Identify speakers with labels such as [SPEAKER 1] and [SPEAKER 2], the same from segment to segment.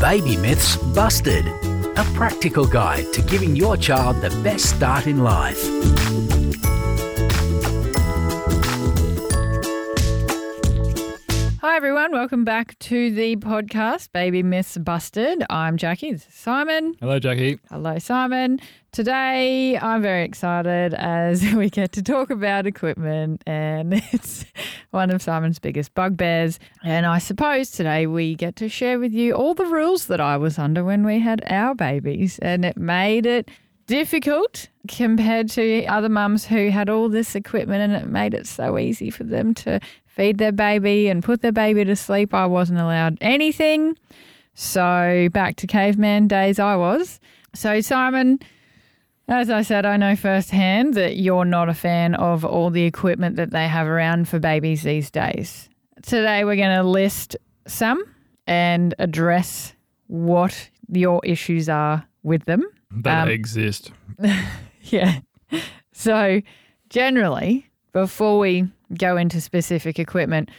[SPEAKER 1] Baby Myths Busted, a practical guide to giving your child the best start in life.
[SPEAKER 2] Hi, everyone. Welcome back to the podcast, Baby Myths Busted. I'm Jackie. This is Simon.
[SPEAKER 3] Hello, Jackie.
[SPEAKER 2] Hello, Simon. Today, I'm very excited as we get to talk about equipment, and it's one of Simon's biggest bugbears. And I suppose today we get to share with you all the rules that I was under when we had our babies, and it made it difficult compared to other mums who had all this equipment, and it made it so easy for them to feed their baby and put their baby to sleep. I wasn't allowed anything. So back to caveman days, I was. So, Simon, as I said, I know firsthand that you're not a fan of all the equipment that they have around for babies these days. Today, we're going to list some and address what your issues are with them.
[SPEAKER 3] That
[SPEAKER 2] Um,
[SPEAKER 3] exist.
[SPEAKER 2] Yeah. So, generally, before we go into specific equipment,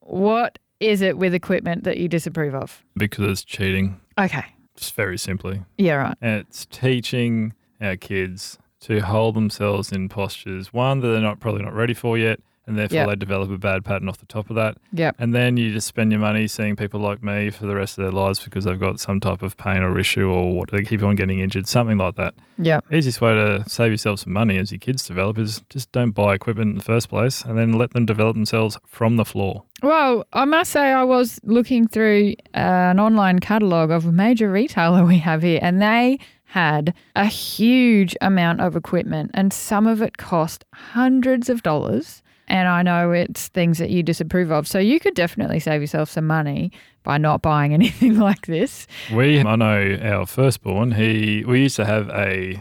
[SPEAKER 2] what is it with equipment that you disapprove of?
[SPEAKER 3] Because it's cheating,
[SPEAKER 2] Okay.
[SPEAKER 3] just very simply.
[SPEAKER 2] Yeah, right.
[SPEAKER 3] And it's teaching our kids to hold themselves in postures, one, that they're not probably not ready for yet, and therefore
[SPEAKER 2] Yeah.
[SPEAKER 3] they develop a bad pattern off the top of that.
[SPEAKER 2] Yep.
[SPEAKER 3] And then you just spend your money seeing people like me for the rest of their lives because they've got some type of pain or issue or what they keep on getting injured, something like that.
[SPEAKER 2] Yep.
[SPEAKER 3] Easiest way to save yourself some money as your kids develop is just don't buy equipment in the first place and then let them develop themselves from the floor.
[SPEAKER 2] Well, I must say, I was looking through uh, an online catalogue of a major retailer we have here, and they had a huge amount of equipment, and some of it cost hundreds of dollars. And I know it's things that you disapprove of. So you could definitely save yourself some money by not buying anything like this.
[SPEAKER 3] We, I know our firstborn, he, we used to have a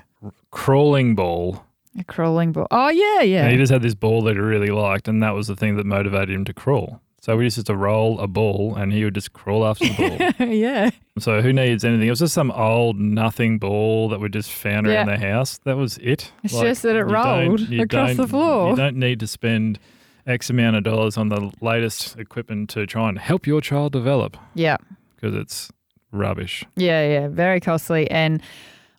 [SPEAKER 3] crawling ball.
[SPEAKER 2] A crawling ball. Oh, yeah,
[SPEAKER 3] And he
[SPEAKER 2] yeah.
[SPEAKER 3] just had this ball that he really liked, and that was the thing that motivated him to crawl. So we just used to roll a ball, and he would just crawl after the ball.
[SPEAKER 2] yeah.
[SPEAKER 3] so who needs anything? It was just some old nothing ball that we just found around
[SPEAKER 2] Yeah.
[SPEAKER 3] the house. That was it.
[SPEAKER 2] It's just that it
[SPEAKER 3] you don't-
[SPEAKER 2] rolled
[SPEAKER 3] you
[SPEAKER 2] across the
[SPEAKER 3] don't-
[SPEAKER 2] floor.
[SPEAKER 3] You don't need to spend X amount of dollars on the latest equipment to try and help your child develop
[SPEAKER 2] Yeah.
[SPEAKER 3] because it's rubbish.
[SPEAKER 2] Yeah, yeah, very costly. And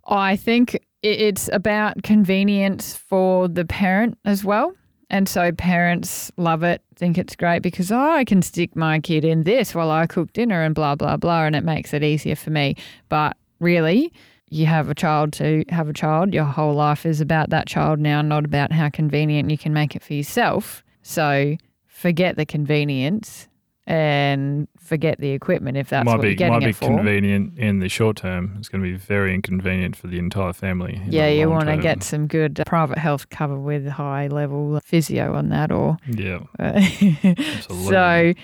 [SPEAKER 2] I think i- it's about convenience for the parent as well. And so parents love it, think it's great because oh, I can stick my kid in this while I cook dinner and blah, blah, blah. And it makes it easier for me. But really, you have a child to have a child. Your whole life is about that child now, not about how convenient you can make it for yourself. So forget the convenience and forget the equipment if that's
[SPEAKER 3] might
[SPEAKER 2] what
[SPEAKER 3] be
[SPEAKER 2] you're getting
[SPEAKER 3] might
[SPEAKER 2] it
[SPEAKER 3] be
[SPEAKER 2] for.
[SPEAKER 3] convenient in the short term. It's going to be very inconvenient for the entire family. in
[SPEAKER 2] Yeah,
[SPEAKER 3] the
[SPEAKER 2] you
[SPEAKER 3] long
[SPEAKER 2] want to
[SPEAKER 3] term.
[SPEAKER 2] get some good uh, private health cover with high level uh, physio on that, or
[SPEAKER 3] yeah,
[SPEAKER 2] uh, so.
[SPEAKER 3] Absolutely.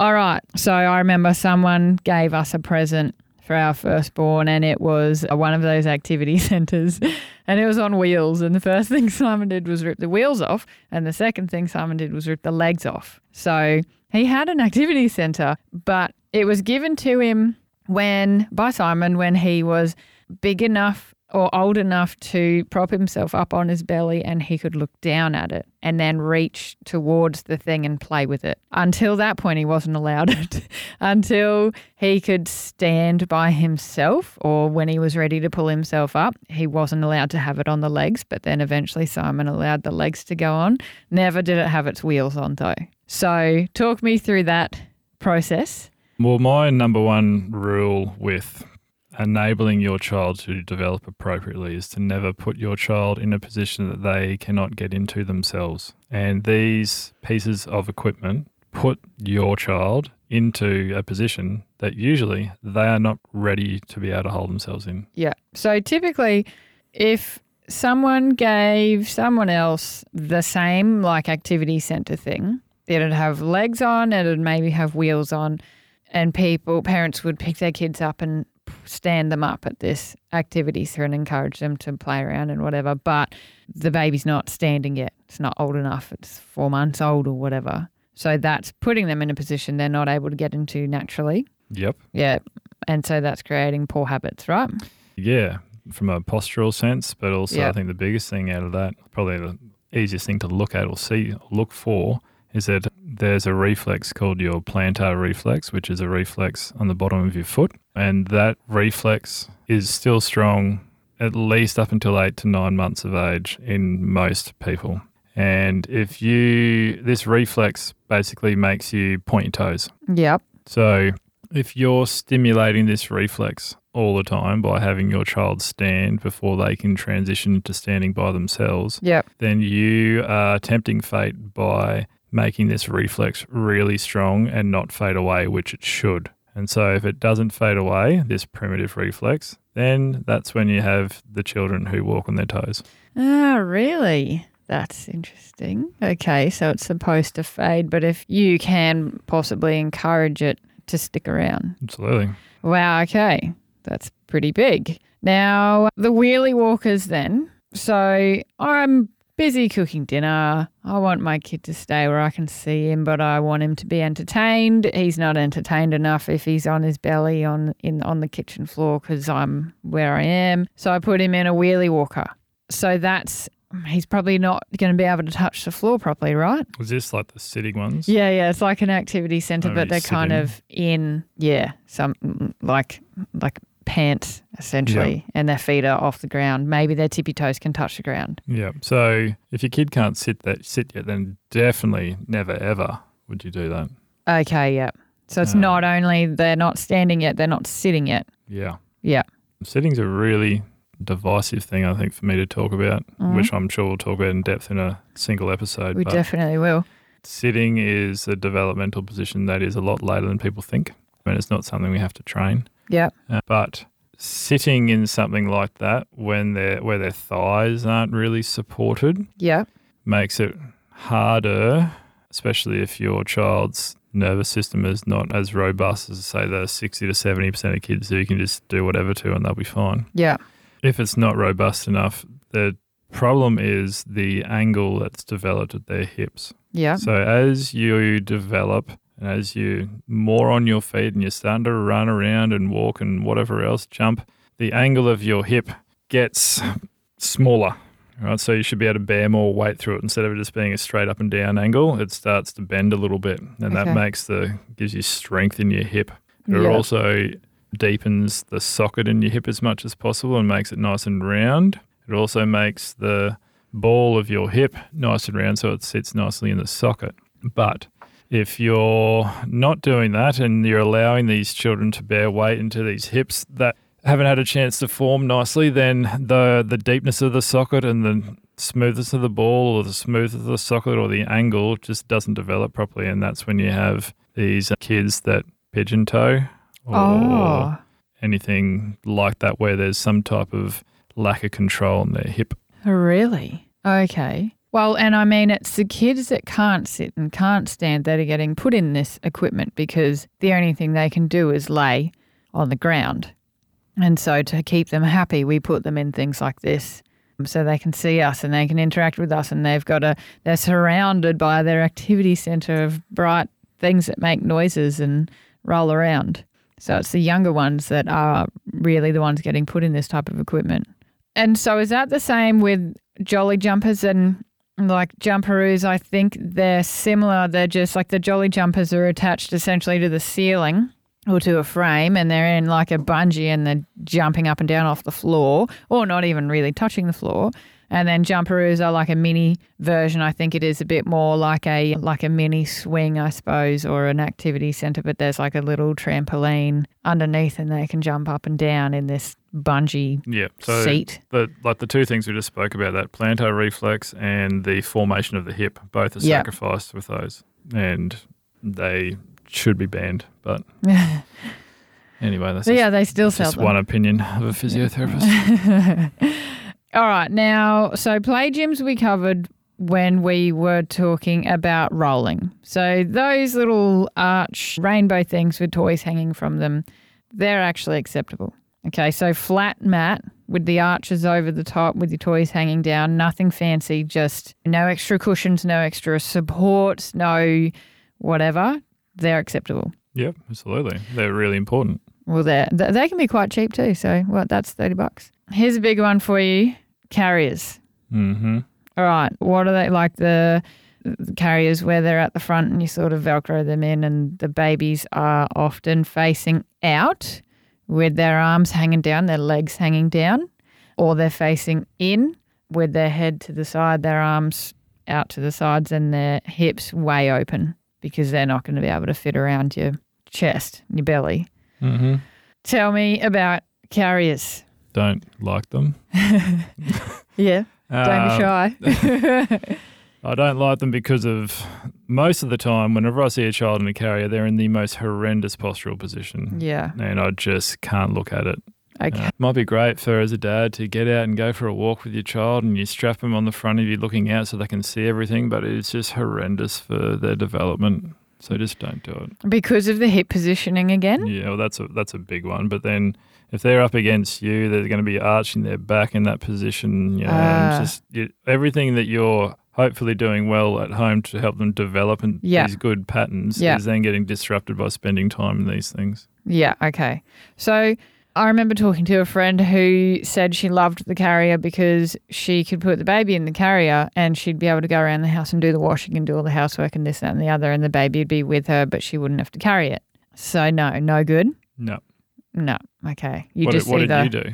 [SPEAKER 2] All right. So I remember someone gave us a present for our firstborn, and it was uh, one of those activity centres, and it was on wheels. And the first thing Simon did was rip the wheels off, and the second thing Simon did was rip the legs off. So he had an activity centre, but it was given to him when by Simon when he was big enough or old enough to prop himself up on his belly and he could look down at it and then reach towards the thing and play with it. Until that point, he wasn't allowed it until he could stand by himself or when he was ready to pull himself up. He wasn't allowed to have it on the legs, but then eventually Simon allowed the legs to go on. Never did it have its wheels on though. So, talk me through that process.
[SPEAKER 3] Well, my number one rule with enabling your child to develop appropriately is to never put your child in a position that they cannot get into themselves. And these pieces of equipment put your child into a position that usually they are not ready to be able to hold themselves in.
[SPEAKER 2] Yeah. So typically, if someone gave someone else the same like activity center thing, it'd have legs on, it'd maybe have wheels on, and people, parents would pick their kids up and stand them up at this activity center and encourage them to play around and whatever. But the baby's not standing yet. It's not old enough. It's four months old or whatever. So that's putting them in a position they're not able to get into naturally.
[SPEAKER 3] Yep.
[SPEAKER 2] Yeah. And so that's creating poor habits, right?
[SPEAKER 3] Yeah, from a postural sense, but also
[SPEAKER 2] Yeah.
[SPEAKER 3] I think the biggest thing out of that, probably the easiest thing to look at or see, look for, is that there's a reflex called your plantar reflex, which is a reflex on the bottom of your foot. And that reflex is still strong at least up until eight to nine months of age in most people. And if you, this reflex basically makes you point your toes.
[SPEAKER 2] Yep.
[SPEAKER 3] So if you're stimulating this reflex all the time by having your child stand before they can transition into standing by themselves,
[SPEAKER 2] Yep.
[SPEAKER 3] then you are tempting fate by making this reflex really strong and not fade away, which it should. And so, if it doesn't fade away, this primitive reflex, then that's when you have the children who walk on their toes.
[SPEAKER 2] Ah, really? That's interesting. Okay, so it's supposed to fade, but if you can possibly encourage it to stick around.
[SPEAKER 3] Absolutely.
[SPEAKER 2] Wow, okay. That's pretty big. Now, the wheelie walkers, then. So I'm busy cooking dinner. I want my kid to stay where I can see him, but I want him to be entertained. He's not entertained enough if he's on his belly on in on the kitchen floor because I'm where I am. So I put him in a wheelie walker. So that's he's probably not going to be able to touch the floor properly, right?
[SPEAKER 3] Was this like the sitting ones?
[SPEAKER 2] Yeah, yeah, it's like an activity center,
[SPEAKER 3] Oh,
[SPEAKER 2] but
[SPEAKER 3] you
[SPEAKER 2] they're
[SPEAKER 3] sit
[SPEAKER 2] kind
[SPEAKER 3] in.
[SPEAKER 2] of in yeah, some mm, like like pants essentially, and their feet are off the ground. Maybe their tippy toes can touch the ground.
[SPEAKER 3] Yeah. So, if your kid can't sit that sit yet, then definitely never ever would you do that.
[SPEAKER 2] Okay, yeah. So it's
[SPEAKER 3] Ah.
[SPEAKER 2] not only they're not standing yet, they're not sitting yet.
[SPEAKER 3] Yeah.
[SPEAKER 2] Yeah.
[SPEAKER 3] Sitting's a really divisive thing, I think, for me to talk about, which I'm sure we'll talk about in depth in a single episode.
[SPEAKER 2] Mm-hmm. We
[SPEAKER 3] but
[SPEAKER 2] definitely will.
[SPEAKER 3] sitting is a developmental position that is a lot later than people think. I mean, it's not something we have to train.
[SPEAKER 2] Yeah.
[SPEAKER 3] Uh, but sitting in something like that when their where their thighs aren't really supported
[SPEAKER 2] Yeah.
[SPEAKER 3] makes it harder, especially if your child's nervous system is not as robust as say the 60 to 70% of kids who you can just do whatever to and they'll be fine.
[SPEAKER 2] Yeah.
[SPEAKER 3] If it's not robust enough, the problem is the angle that's developed at their hips.
[SPEAKER 2] Yeah.
[SPEAKER 3] So as you develop and as you more on your feet and you're starting to run around and walk and whatever else, jump, the angle of your hip gets smaller. Right, so you should be able to bear more weight through it instead of it just being a straight up and down angle. It starts to bend a little bit, and
[SPEAKER 2] Okay.
[SPEAKER 3] that makes the gives you strength in your hip. It
[SPEAKER 2] Yeah.
[SPEAKER 3] also deepens the socket in your hip as much as possible and makes it nice and round. It also makes the ball of your hip nice and round so it sits nicely in the socket. But if you're not doing that and you're allowing these children to bear weight into these hips that haven't had a chance to form nicely, then the the deepness of the socket and the smoothness of the ball or the smoothness of the socket or the angle just doesn't develop properly and that's when you have these kids that pigeon toe or
[SPEAKER 2] Oh.
[SPEAKER 3] anything like that where there's some type of lack of control in their hip.
[SPEAKER 2] Really? Okay. Well, and I mean, it's the kids that can't sit and can't stand that are getting put in this equipment because the only thing they can do is lay on the ground. And so, to keep them happy, we put them in things like this um, so they can see us and they can interact with us. And they've got a, they're surrounded by their activity center of bright things that make noises and roll around. So, it's the younger ones that are really the ones getting put in this type of equipment. And so is that the same with jolly jumpers and like jumperoos? I think they're similar. They're just like the jolly jumpers are attached essentially to the ceiling or to a frame and they're in like a bungee and they're jumping up and down off the floor or not even really touching the floor. And then jumperoos are like a mini version. I think it is a bit more like a like a mini swing, I suppose, or an activity center, but there's like a little trampoline underneath and they can jump up and down in this bungee
[SPEAKER 3] Yeah. So
[SPEAKER 2] seat.
[SPEAKER 3] the like the two things we just spoke about that plantar reflex and the formation of the hip both are
[SPEAKER 2] Yeah.
[SPEAKER 3] sacrificed with those and they should be banned but anyway that's
[SPEAKER 2] So
[SPEAKER 3] just,
[SPEAKER 2] yeah, they still
[SPEAKER 3] that's
[SPEAKER 2] sell
[SPEAKER 3] just
[SPEAKER 2] them.
[SPEAKER 3] one opinion of a physiotherapist
[SPEAKER 2] All right, now so play gyms we covered when we were talking about rolling. So those little arch rainbow things with toys hanging from them, they're actually acceptable. Okay, so flat mat with the arches over the top with your toys hanging down, nothing fancy, just no extra cushions, no extra supports, no whatever. They're acceptable.
[SPEAKER 3] yep absolutely they're really important
[SPEAKER 2] Well, they're, th- they can be quite cheap too. So, well, that's 30 bucks. Here's a big one for you carriers.
[SPEAKER 3] mm-hmm
[SPEAKER 2] All right. What are they like? The carriers where they're at the front and you sort of velcro them in, and the babies are often facing out with their arms hanging down, their legs hanging down, or they're facing in with their head to the side, their arms out to the sides, and their hips way open because they're not going to be able to fit around your chest, your belly.
[SPEAKER 3] Mm-hmm.
[SPEAKER 2] Tell me about carriers.
[SPEAKER 3] Don't like them.
[SPEAKER 2] Yeah, don't
[SPEAKER 3] Um,
[SPEAKER 2] be shy.
[SPEAKER 3] I don't like them because of most of the time, whenever I see a child in a carrier, they're in the most horrendous postural position.
[SPEAKER 2] yeah,
[SPEAKER 3] And I just can't look at it.
[SPEAKER 2] okay.
[SPEAKER 3] Uh, might be great for as a dad to get out and go for a walk with your child and you strap them on the front of you looking out so they can see everything, but it's just horrendous for their development. So just don't do it.
[SPEAKER 2] Because of the hip positioning again?
[SPEAKER 3] Yeah, well, that's a that's a big one. But then if they're up against you, they're going to be arching their back in that position. You know, and
[SPEAKER 2] Ah.
[SPEAKER 3] just you, everything that you're hopefully doing well at home to help them develop and
[SPEAKER 2] Yeah.
[SPEAKER 3] these good patterns
[SPEAKER 2] Yeah.
[SPEAKER 3] is then getting disrupted by spending time in these things.
[SPEAKER 2] Yeah, okay. So I remember talking to a friend who said she loved the carrier because she could put the baby in the carrier and she'd be able to go around the house and do the washing and do all the housework and this, that, and the other, and the baby would be with her, but she wouldn't have to carry it. So, no, no good.
[SPEAKER 3] No,
[SPEAKER 2] No. Okay. You
[SPEAKER 3] what, did-
[SPEAKER 2] just
[SPEAKER 3] what
[SPEAKER 2] either.
[SPEAKER 3] did you do?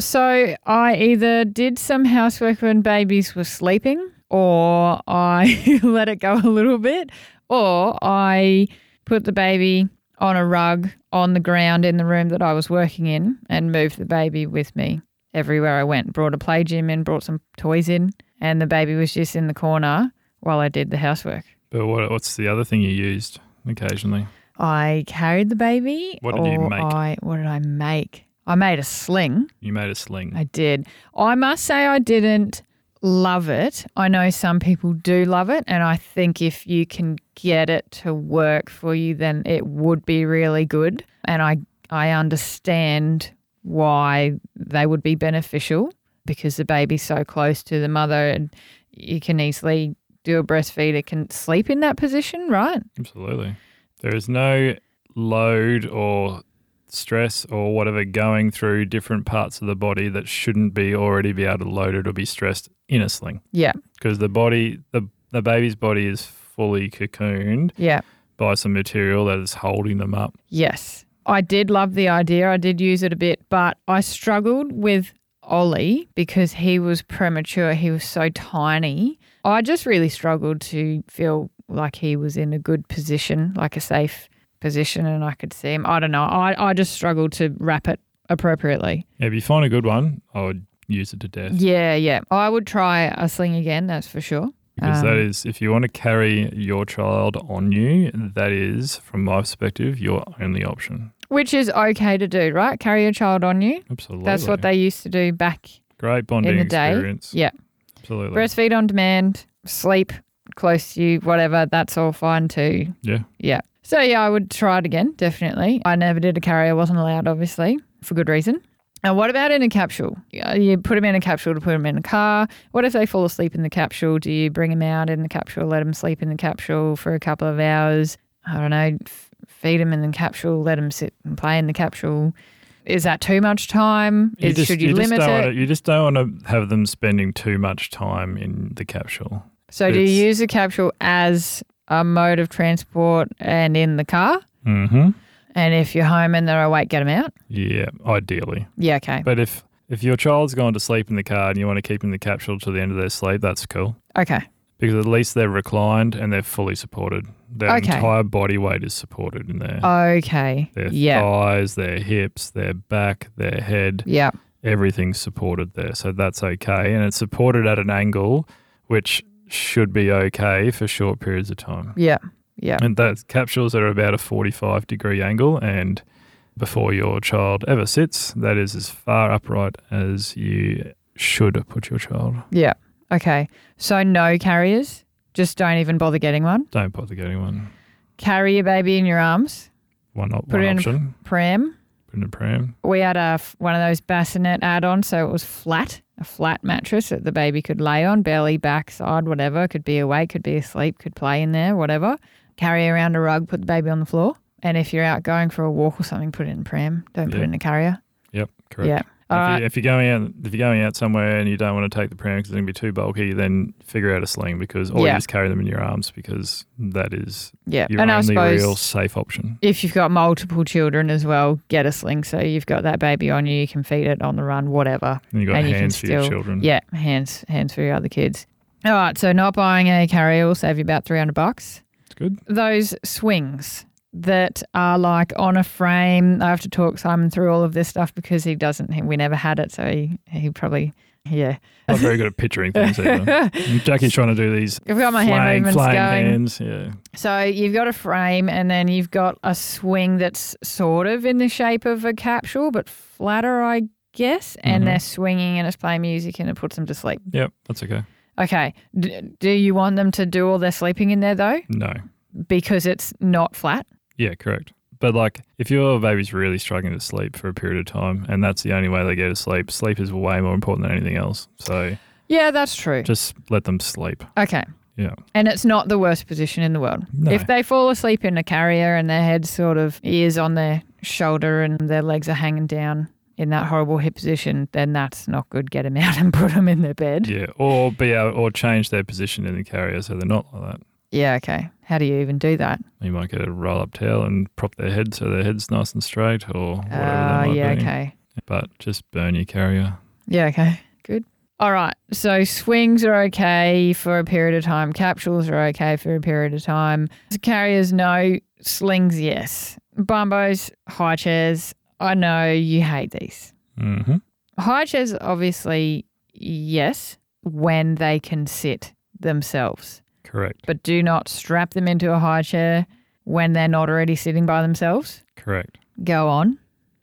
[SPEAKER 2] So I either did some housework when babies were sleeping, or I let it go a little bit, or I put the baby on a rug on the ground in the room that I was working in and moved the baby with me everywhere I went. Brought a play gym in, brought some toys in, and the baby was just in the corner while I did the housework.
[SPEAKER 3] But what, what's the other thing you used occasionally?
[SPEAKER 2] I carried the baby.
[SPEAKER 3] What did you
[SPEAKER 2] or
[SPEAKER 3] make?
[SPEAKER 2] I, what did I make? I made a sling.
[SPEAKER 3] You made a sling.
[SPEAKER 2] I did. I must say, I didn't love it. I know some people do love it. And I think if you can get it to work for you, then it would be really good. And I, I understand why they would be beneficial because the baby's so close to the mother and you can easily do a breastfeed. It can sleep in that position, right?
[SPEAKER 3] Absolutely. There is no load or stress or whatever going through different parts of the body that shouldn't be already be able to load it or be stressed in a sling
[SPEAKER 2] Yeah.
[SPEAKER 3] because the body the the baby's body is fully cocooned
[SPEAKER 2] Yeah.
[SPEAKER 3] by some material that is holding them up.
[SPEAKER 2] Yes. I did love the idea. I did use it a bit, but I struggled with Ollie because he was premature. He was so tiny. I just really struggled to feel like he was in a good position, like a safe position, and I could see him. I don't know. I, I just struggled to wrap it appropriately.
[SPEAKER 3] If you find a good one, I would use it to death
[SPEAKER 2] Yeah, yeah. I would try a sling again, that's for sure.
[SPEAKER 3] because that
[SPEAKER 2] Um,
[SPEAKER 3] is if you want to carry your child on you, that is from my perspective your only option.
[SPEAKER 2] Which is okay to do, right? Carry your child on you.
[SPEAKER 3] Absolutely.
[SPEAKER 2] That's what they used to do back
[SPEAKER 3] great bonding
[SPEAKER 2] in the day.
[SPEAKER 3] experience.
[SPEAKER 2] Yeah.
[SPEAKER 3] Absolutely.
[SPEAKER 2] Breastfeed on demand, sleep close to you, whatever, that's all fine too.
[SPEAKER 3] yeah.
[SPEAKER 2] Yeah. So, yeah, I would try it again, definitely. I never did a carrier, wasn't allowed, obviously, for good reason. And what about in a capsule? Yeah, You put them in a capsule to put them in a car. What if they fall asleep in the capsule? Do you bring them out in the capsule, let them sleep in the capsule for a couple of hours? I don't know, f- feed them in the capsule, let them sit and play in the capsule. Is that too much time? Is, should you, limit
[SPEAKER 3] just don't
[SPEAKER 2] it?
[SPEAKER 3] Wanna, you just don't want to have them spending too much time in the capsule.
[SPEAKER 2] So, do you
[SPEAKER 3] It's-
[SPEAKER 2] use the capsule as a mode of transport and in the car?
[SPEAKER 3] Mm-hmm.
[SPEAKER 2] And if you're home and they're awake, get them out?
[SPEAKER 3] Yeah, ideally.
[SPEAKER 2] Yeah, okay.
[SPEAKER 3] But if if your child's gone to sleep in the car and you want to keep them in the capsule to the end of their sleep, that's cool
[SPEAKER 2] Okay.
[SPEAKER 3] because at least they're reclined and they're fully supported. Their
[SPEAKER 2] Okay.
[SPEAKER 3] entire body weight is supported in there.
[SPEAKER 2] Okay.
[SPEAKER 3] their
[SPEAKER 2] Yeah.
[SPEAKER 3] thighs, their hips, their back, their head,
[SPEAKER 2] Yeah.
[SPEAKER 3] everything's supported there. So that's okay. And it's supported at an angle which should be okay for short periods of time.
[SPEAKER 2] Yeah. Yeah.
[SPEAKER 3] And those capsules are about a 45 degree angle. And before your child ever sits, that is as far upright as you should put your child.
[SPEAKER 2] Yeah. Okay. So, no carriers. Just don't even bother getting one.
[SPEAKER 3] Don't bother getting one.
[SPEAKER 2] Carry your baby in your arms.
[SPEAKER 3] One, op-
[SPEAKER 2] Put
[SPEAKER 3] one
[SPEAKER 2] it in-
[SPEAKER 3] option.
[SPEAKER 2] Pram.
[SPEAKER 3] Put in a pram.
[SPEAKER 2] We had a f- one of those bassinet add-ons, so it was flat, a flat mattress that the baby could lay on, belly, back, side, whatever. Could be awake, could be asleep, could play in there, whatever. Carry around a rug, put the baby on the floor, and if you're out going for a walk or something, put it in a pram. Don't put
[SPEAKER 3] Yeah.
[SPEAKER 2] it in a carrier.
[SPEAKER 3] Yep, correct.
[SPEAKER 2] Yeah. All
[SPEAKER 3] if,
[SPEAKER 2] right.
[SPEAKER 3] you, if you're going out, if you're going out somewhere and you don't want to take the pram because it's going to be too bulky, then figure out a sling because, or
[SPEAKER 2] Yeah.
[SPEAKER 3] you just carry them in your arms because that is
[SPEAKER 2] Yeah.
[SPEAKER 3] your
[SPEAKER 2] and I
[SPEAKER 3] only
[SPEAKER 2] suppose
[SPEAKER 3] real safe option.
[SPEAKER 2] if you've got multiple children as well, get a sling so you've got that baby on you. You can feed it on the run, whatever.
[SPEAKER 3] And you got
[SPEAKER 2] and you can
[SPEAKER 3] hands for your
[SPEAKER 2] still-
[SPEAKER 3] children.
[SPEAKER 2] Yeah, hands hands for your other kids. All right, so not buying a carrier will save you about three hundred bucks.
[SPEAKER 3] it's good.
[SPEAKER 2] Those swings that are like on a frame. I have to talk Simon through all of this stuff because he doesn't. He, we never had it, so he he probably yeah.
[SPEAKER 3] Not very good at picturing things either.
[SPEAKER 2] I've
[SPEAKER 3] And Jackie's trying to do these
[SPEAKER 2] got my hand
[SPEAKER 3] flying,
[SPEAKER 2] movements
[SPEAKER 3] flying
[SPEAKER 2] going.
[SPEAKER 3] hands. Yeah.
[SPEAKER 2] So you've got a frame, and then you've got a swing that's sort of in the shape of a capsule, but flatter, I guess. And
[SPEAKER 3] Mhm.
[SPEAKER 2] they're swinging, and it's playing music, and it puts them to sleep.
[SPEAKER 3] Yep. That's okay.
[SPEAKER 2] Okay. D- do you want them to do all their sleeping in there though?
[SPEAKER 3] No.
[SPEAKER 2] Because it's not flat.
[SPEAKER 3] Yeah, correct. But like, if your baby's really struggling to sleep for a period of time, and that's the only way they get to sleep, sleep is way more important than anything else. So
[SPEAKER 2] Yeah, that's true.
[SPEAKER 3] just let them sleep.
[SPEAKER 2] Okay.
[SPEAKER 3] Yeah.
[SPEAKER 2] And it's not the worst position in the world.
[SPEAKER 3] No.
[SPEAKER 2] If they fall asleep in a carrier and their head sort of is on their shoulder and their legs are hanging down in that horrible hip position, then that's not good. Get them out and put them in their bed.
[SPEAKER 3] Yeah, or be able, or change their position in the carrier so they're not like that.
[SPEAKER 2] Yeah, okay. How do you even do that?
[SPEAKER 3] You might get a roll up towel and prop their head so their head's nice and straight, or whatever that
[SPEAKER 2] Uh,
[SPEAKER 3] might
[SPEAKER 2] yeah,
[SPEAKER 3] be.
[SPEAKER 2] okay.
[SPEAKER 3] But just burn your carrier.
[SPEAKER 2] Yeah, okay. Good. All right. So swings are okay for a period of time. Capsules are okay for a period of time. Carriers, no. Slings, yes. Bumbos, high chairs. I know you hate these.
[SPEAKER 3] hmm
[SPEAKER 2] High chairs, obviously, yes, when they can sit themselves,
[SPEAKER 3] Correct,
[SPEAKER 2] but do not strap them into a high chair when they're not already sitting by themselves.
[SPEAKER 3] correct.
[SPEAKER 2] Go on.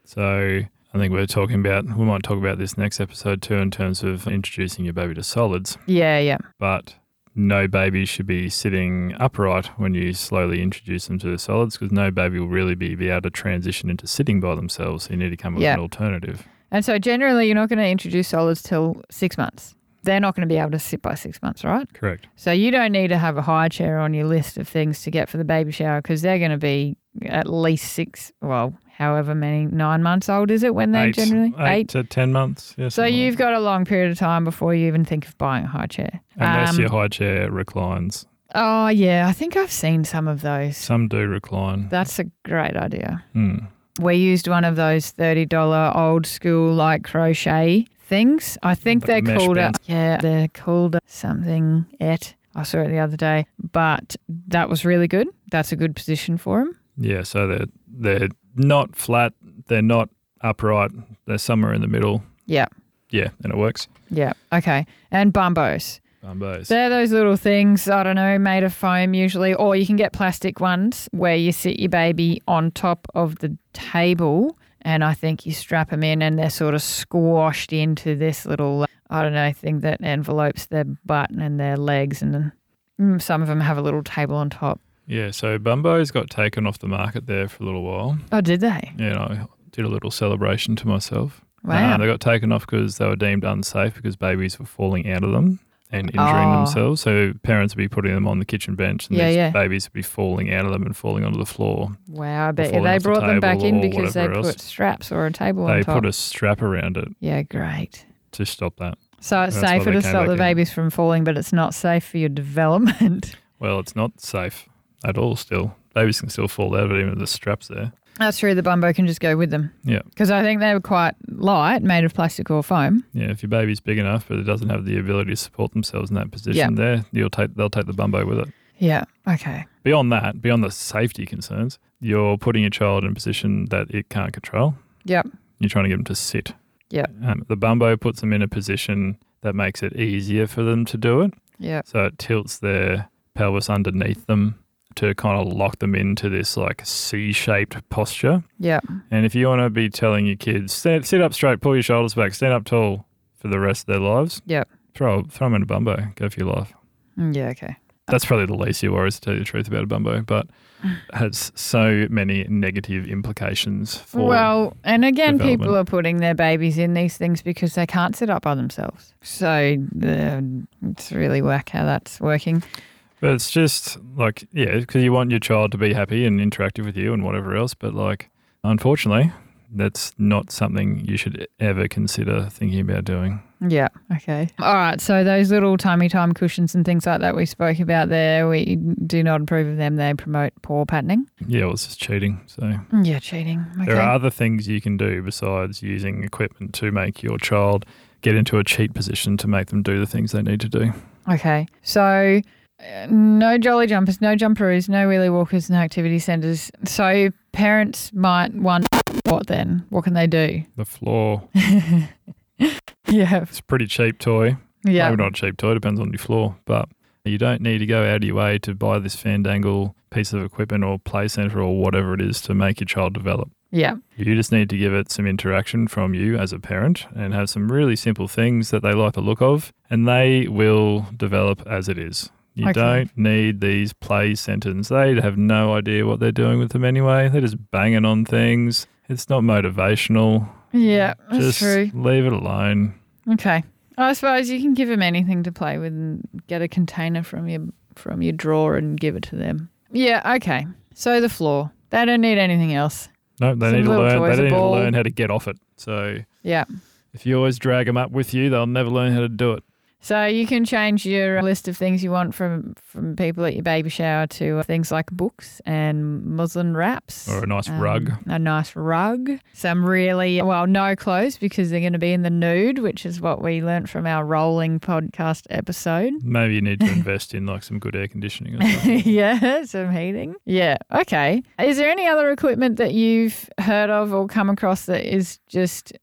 [SPEAKER 3] So I think we're talking about we might talk about this next episode too in terms of introducing your baby to solids.
[SPEAKER 2] Yeah, yeah.
[SPEAKER 3] but no baby should be sitting upright when you slowly introduce them to the solids because no baby will really be, be able to transition into sitting by themselves. You need to come up
[SPEAKER 2] Yeah.
[SPEAKER 3] with an alternative.
[SPEAKER 2] And so generally, you're not going to introduce solids till six months. They're not going to be able to sit by six months, right?
[SPEAKER 3] Correct.
[SPEAKER 2] So you don't need to have a high chair on your list of things to get for the baby shower because they're going to be at least six, well, however many, nine months old is it when they
[SPEAKER 3] eight,
[SPEAKER 2] generally?
[SPEAKER 3] eight to ten months. Yeah,
[SPEAKER 2] So
[SPEAKER 3] something like
[SPEAKER 2] you've got a long period of time before you even think of buying a high chair.
[SPEAKER 3] that. unless
[SPEAKER 2] Um,
[SPEAKER 3] your high chair reclines.
[SPEAKER 2] Oh, yeah. I think I've seen some of those.
[SPEAKER 3] Some do recline.
[SPEAKER 2] That's a great idea.
[SPEAKER 3] Hmm.
[SPEAKER 2] we used one of those $30 old school like crochet things. I think
[SPEAKER 3] Like
[SPEAKER 2] they're
[SPEAKER 3] mesh
[SPEAKER 2] called
[SPEAKER 3] bands.
[SPEAKER 2] it. Yeah, they're called something et. I saw it the other day, but that was really good. That's a good position for them.
[SPEAKER 3] Yeah, so they're they're not flat. They're not upright. They're somewhere in the middle.
[SPEAKER 2] Yeah.
[SPEAKER 3] Yeah, and it works.
[SPEAKER 2] Yeah. Okay. And bumbos.
[SPEAKER 3] Bumbos.
[SPEAKER 2] They're those little things, I don't know, made of foam usually, or you can get plastic ones where you sit your baby on top of the table and I think you strap them in and they're sort of squashed into this little, I don't know, thing that envelopes their butt and their legs. And then mm, some of them have a little table on top.
[SPEAKER 3] yeah, so Bumbos got taken off the market there for a little while.
[SPEAKER 2] Oh, did they?
[SPEAKER 3] Yeah, and I did a little celebration to myself.
[SPEAKER 2] Wow.
[SPEAKER 3] Uh, they got taken off because they were deemed unsafe because babies were falling out of them and injuring
[SPEAKER 2] Oh.
[SPEAKER 3] themselves. So parents would be putting them on the kitchen bench and
[SPEAKER 2] Yeah,
[SPEAKER 3] these
[SPEAKER 2] yeah.
[SPEAKER 3] babies would be falling out of them and falling onto the floor.
[SPEAKER 2] Wow. I bet
[SPEAKER 3] Before
[SPEAKER 2] they
[SPEAKER 3] off the
[SPEAKER 2] brought them back
[SPEAKER 3] table
[SPEAKER 2] in
[SPEAKER 3] or
[SPEAKER 2] because they
[SPEAKER 3] whatever else.
[SPEAKER 2] put straps or a table
[SPEAKER 3] they
[SPEAKER 2] on top.
[SPEAKER 3] put a strap around it
[SPEAKER 2] yeah, great.
[SPEAKER 3] to stop that.
[SPEAKER 2] So it's
[SPEAKER 3] That's why
[SPEAKER 2] safer
[SPEAKER 3] they
[SPEAKER 2] to
[SPEAKER 3] came
[SPEAKER 2] stop
[SPEAKER 3] back
[SPEAKER 2] the
[SPEAKER 3] in.
[SPEAKER 2] babies from falling, but it's not safe for your development.
[SPEAKER 3] Well, it's not safe at all still. Babies can still fall out of it even with the straps there.
[SPEAKER 2] That's true. The bumbo can just go with them.
[SPEAKER 3] Yeah.
[SPEAKER 2] Because I think they were quite light, made of plastic or foam.
[SPEAKER 3] Yeah, if your baby's big enough but it doesn't have the ability to support themselves in that position there, you'll take they'll take the bumbo with it.
[SPEAKER 2] Yeah. Okay.
[SPEAKER 3] Beyond that, beyond the safety concerns, you're putting your child in a position that it can't control.
[SPEAKER 2] Yep.
[SPEAKER 3] You're trying to get them to sit.
[SPEAKER 2] Yep.
[SPEAKER 3] Um, the bumbo puts them in a position that makes it easier for them to do it.
[SPEAKER 2] Yeah.
[SPEAKER 3] So it tilts their pelvis underneath them to kind of lock them into this like C shaped posture.
[SPEAKER 2] Yeah.
[SPEAKER 3] And if you want to be telling your kids, stand, sit up straight, pull your shoulders back, stand up tall for the rest of their lives,
[SPEAKER 2] Yep.
[SPEAKER 3] throw, throw them in a bumbo, go for your life.
[SPEAKER 2] Mm, Yeah. Okay.
[SPEAKER 3] That's probably the least of your worries, to tell you the truth, about a bumbo, but has so many negative implications for.
[SPEAKER 2] well, and again, people
[SPEAKER 3] development.
[SPEAKER 2] are putting their babies in these things because they can't sit up by themselves. So uh, it's really whack how that's working.
[SPEAKER 3] but it's just like, yeah, because you want your child to be happy and interactive with you and whatever else, but like, unfortunately, That's not something you should ever consider thinking about doing.
[SPEAKER 2] Yeah. Okay. All right. So those little tummy time cushions and things like that we spoke about there, we do not approve of them. They promote poor patterning.
[SPEAKER 3] Yeah, well, it's just cheating. So
[SPEAKER 2] Yeah, cheating. Okay.
[SPEAKER 3] there are other things you can do besides using equipment to make your child get into a cheat position to make them do the things they need to do.
[SPEAKER 2] Okay. So uh, no jolly jumpers, no jumperoos, no wheelie walkers, no activity centres. So parents might want what then? What can they do?
[SPEAKER 3] The floor.
[SPEAKER 2] Yeah.
[SPEAKER 3] It's a pretty cheap toy.
[SPEAKER 2] Yeah.
[SPEAKER 3] Maybe not a cheap toy, depends on your floor, but you don't need to go out of your way to buy this fandangle piece of equipment or play center or whatever it is to make your child develop.
[SPEAKER 2] Yeah.
[SPEAKER 3] You just need to give it some interaction from you as a parent and have some really simple things that they like the look of, and they will develop as it is. You
[SPEAKER 2] Okay.
[SPEAKER 3] don't need these play sentence. They have no idea what they're doing with them anyway. They're just banging on things. It's not motivational.
[SPEAKER 2] Yeah. That's
[SPEAKER 3] just
[SPEAKER 2] true.
[SPEAKER 3] leave it alone.
[SPEAKER 2] Okay. I suppose you can give them anything to play with and get a container from your from your drawer and give it to them. Yeah, okay. So the floor. They don't need anything else.
[SPEAKER 3] No, they
[SPEAKER 2] Some
[SPEAKER 3] need to
[SPEAKER 2] little
[SPEAKER 3] learn.
[SPEAKER 2] toys, a
[SPEAKER 3] They need to
[SPEAKER 2] ball.
[SPEAKER 3] learn how to get off it. So
[SPEAKER 2] Yeah.
[SPEAKER 3] if you always drag them up with you, they'll never learn how to do it.
[SPEAKER 2] So you can change your uh, list of things you want from from people at your baby shower to uh, things like books and muslin wraps
[SPEAKER 3] Or a nice
[SPEAKER 2] um,
[SPEAKER 3] rug.
[SPEAKER 2] a nice rug, some really well no clothes because they're going to be in the nude, which is what we learnt from our rolling podcast episode.
[SPEAKER 3] Maybe you need to invest in like some good air conditioning. Or something.
[SPEAKER 2] yeah, some heating. Yeah, okay. Is there any other equipment that you've heard of or come across that is just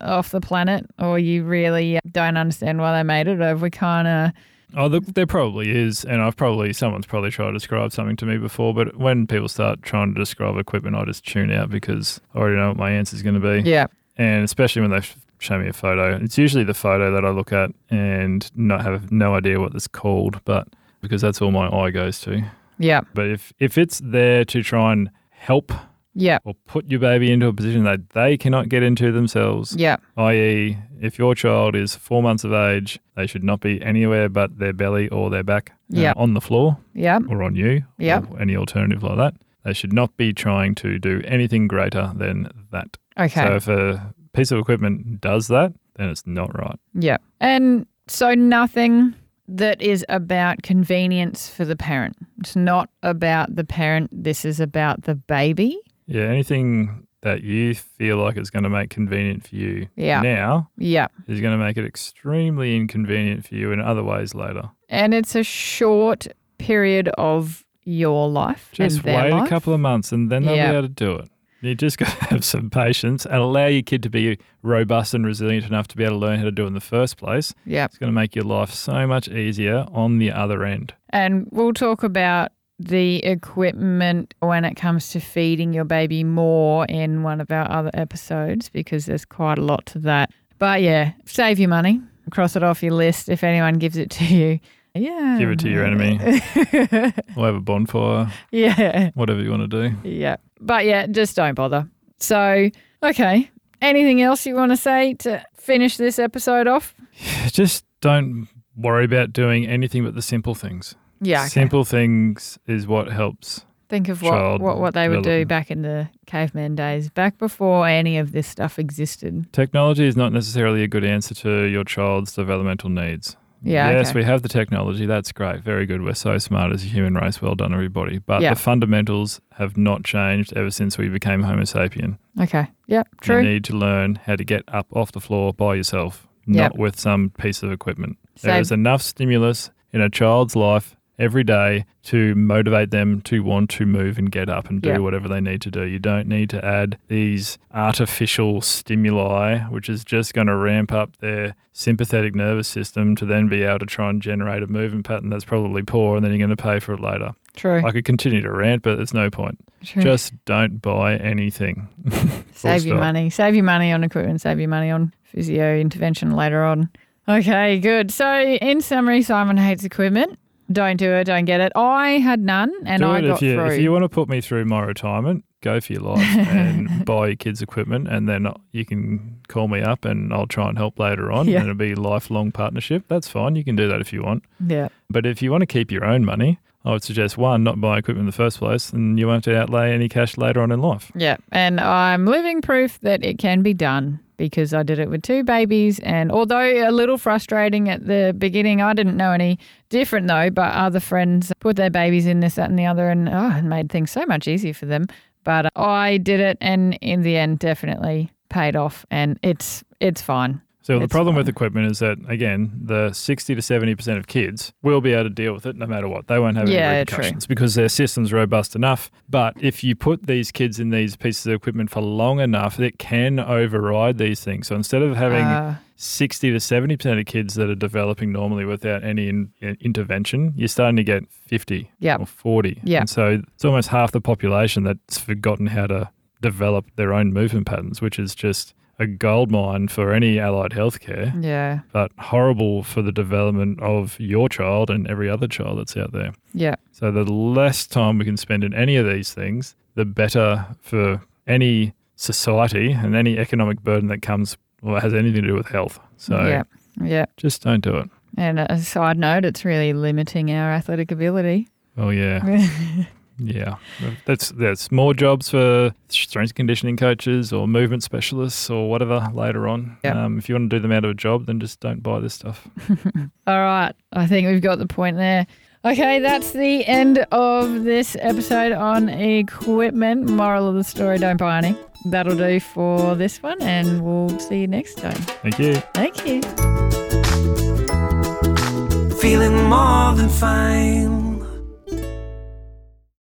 [SPEAKER 2] off the planet or you really uh, don't understand why they made it or have we kind of
[SPEAKER 3] Oh, there, there probably is, and I've probably someone's probably tried to describe something to me before. But when people start trying to describe equipment, I just tune out because I already know what my answer's going to be.
[SPEAKER 2] yeah
[SPEAKER 3] And especially when they f- show me a photo, it's usually the photo that I look at and not have no idea what it's called, but because that's all my eye goes to.
[SPEAKER 2] yeah
[SPEAKER 3] But if if it's there to try and help
[SPEAKER 2] yeah
[SPEAKER 3] or put your baby into a position that they cannot get into themselves,
[SPEAKER 2] yeah
[SPEAKER 3] i.e., E, if your child is four months of age, they should not be anywhere but their belly or their back uh,
[SPEAKER 2] Yep.
[SPEAKER 3] on the floor
[SPEAKER 2] yeah
[SPEAKER 3] or on you
[SPEAKER 2] Yep.
[SPEAKER 3] or any alternative like that. They should not be trying to do anything greater than that. So
[SPEAKER 2] okay
[SPEAKER 3] if a piece of equipment does that, then it's not right.
[SPEAKER 2] yeah and so nothing that is about convenience for the parent it's not about the parent this is about the baby
[SPEAKER 3] Yeah, anything that you feel like is going to make convenient for you
[SPEAKER 2] Yeah.
[SPEAKER 3] now
[SPEAKER 2] yeah
[SPEAKER 3] is going to make it extremely inconvenient for you in other ways later.
[SPEAKER 2] and it's a short period of your life.
[SPEAKER 3] Just
[SPEAKER 2] and their
[SPEAKER 3] wait
[SPEAKER 2] life.
[SPEAKER 3] a couple of months and then they'll
[SPEAKER 2] Yeah.
[SPEAKER 3] be able to do it. You just got to have some patience and allow your kid to be robust and resilient enough to be able to learn how to do it in the first place.
[SPEAKER 2] Yep.
[SPEAKER 3] It's going to make your life so much easier on the other end.
[SPEAKER 2] And we'll talk about the equipment when it comes to feeding your baby more in one of our other episodes because there's quite a lot to that. But yeah, save your money, cross it off your list if anyone gives it to you. Yeah.
[SPEAKER 3] Give it to your enemy. We'll have a bonfire,
[SPEAKER 2] yeah.
[SPEAKER 3] whatever you want to do.
[SPEAKER 2] Yeah. But yeah, just don't bother. So, okay. Anything else you want to say to finish this episode off?
[SPEAKER 3] Just don't worry about doing anything but the simple things.
[SPEAKER 2] Yeah. okay.
[SPEAKER 3] Simple things is what helps.
[SPEAKER 2] Think of what,
[SPEAKER 3] child
[SPEAKER 2] what, what they would do
[SPEAKER 3] development.
[SPEAKER 2] back in the caveman days, back before any of this stuff existed.
[SPEAKER 3] Technology is not necessarily a good answer to your child's developmental needs.
[SPEAKER 2] Yeah.
[SPEAKER 3] yes,
[SPEAKER 2] okay.
[SPEAKER 3] we have the technology. That's great. Very good. We're so smart as a human race. Well done, everybody. But
[SPEAKER 2] Yeah.
[SPEAKER 3] the fundamentals have not changed ever since we became Homo sapien.
[SPEAKER 2] Okay. Yep. True.
[SPEAKER 3] You need to learn how to get up off the floor by yourself,
[SPEAKER 2] Yep.
[SPEAKER 3] not with some piece of equipment. there
[SPEAKER 2] So-
[SPEAKER 3] is enough stimulus in a child's life every day to motivate them to want to move and get up and do
[SPEAKER 2] Yeah.
[SPEAKER 3] whatever they need to do. You don't need to add these artificial stimuli, which is just going to ramp up their sympathetic nervous system to then be able to try and generate a movement pattern that's probably poor and then you're going to pay for it later.
[SPEAKER 2] True.
[SPEAKER 3] I could continue to rant, but there's no point.
[SPEAKER 2] true.
[SPEAKER 3] Just don't buy anything. full
[SPEAKER 2] save your
[SPEAKER 3] stop.
[SPEAKER 2] money. Save your money on equipment. Save your money on physio intervention later on. Okay. Good. So, in summary, Simon hates equipment. Don't do it. Don't get it. I had none, and
[SPEAKER 3] Do
[SPEAKER 2] I
[SPEAKER 3] it
[SPEAKER 2] got
[SPEAKER 3] if you,
[SPEAKER 2] through.
[SPEAKER 3] If you want to put me through my retirement, go for your life and buy your kids' equipment, and then you can call me up and I'll try and help later on.
[SPEAKER 2] Yeah.
[SPEAKER 3] And it'll be a lifelong partnership. That's fine. You can do that if you want.
[SPEAKER 2] yeah.
[SPEAKER 3] But if you want to keep your own money, I would suggest one, not buy equipment in the first place, and you won't have to outlay any cash later on in life.
[SPEAKER 2] Yeah, and I'm living proof that it can be done because I did it with two babies. And although a little frustrating at the beginning, I didn't know any different though. But other friends put their babies in this, that, and the other, and oh, it made things so much easier for them. But I did it, and in the end, definitely paid off, and it's it's fine.
[SPEAKER 3] So the
[SPEAKER 2] It's
[SPEAKER 3] problem with
[SPEAKER 2] fine.
[SPEAKER 3] equipment is that again, the sixty to seventy percent of kids will be able to deal with it no matter what. They won't have
[SPEAKER 2] Yeah,
[SPEAKER 3] any
[SPEAKER 2] true.
[SPEAKER 3] repercussions because their system's robust enough. But if you put these kids in these pieces of equipment for long enough, it can override these things. So instead of having
[SPEAKER 2] Uh,
[SPEAKER 3] sixty to seventy percent of kids that are developing normally without any in, in- intervention, you're starting to get fifty
[SPEAKER 2] Yep.
[SPEAKER 3] or forty.
[SPEAKER 2] Yep.
[SPEAKER 3] And so it's almost half the population that's forgotten how to develop their own movement patterns, which is just a goldmine for any allied healthcare
[SPEAKER 2] yeah,
[SPEAKER 3] but horrible for the development of your child and every other child that's out there.
[SPEAKER 2] yeah,
[SPEAKER 3] So the less time we can spend in any of these things, the better for any society and any economic burden that comes or has anything to do with health. So
[SPEAKER 2] yeah, yeah.
[SPEAKER 3] just don't do it.
[SPEAKER 2] And a side note, it's really limiting our athletic ability.
[SPEAKER 3] Oh yeah, yeah. That's that's more jobs for strength conditioning coaches or movement specialists or whatever later on.
[SPEAKER 2] Yep.
[SPEAKER 3] Um, if you want to do them out of a job, then just don't buy this stuff.
[SPEAKER 2] All right. I think we've got the point there. Okay, that's the end of this episode on equipment. Moral of the story don't buy any. That'll do for this one, and we'll see you next time.
[SPEAKER 3] Thank you.
[SPEAKER 2] Thank you.
[SPEAKER 4] feeling more than fine.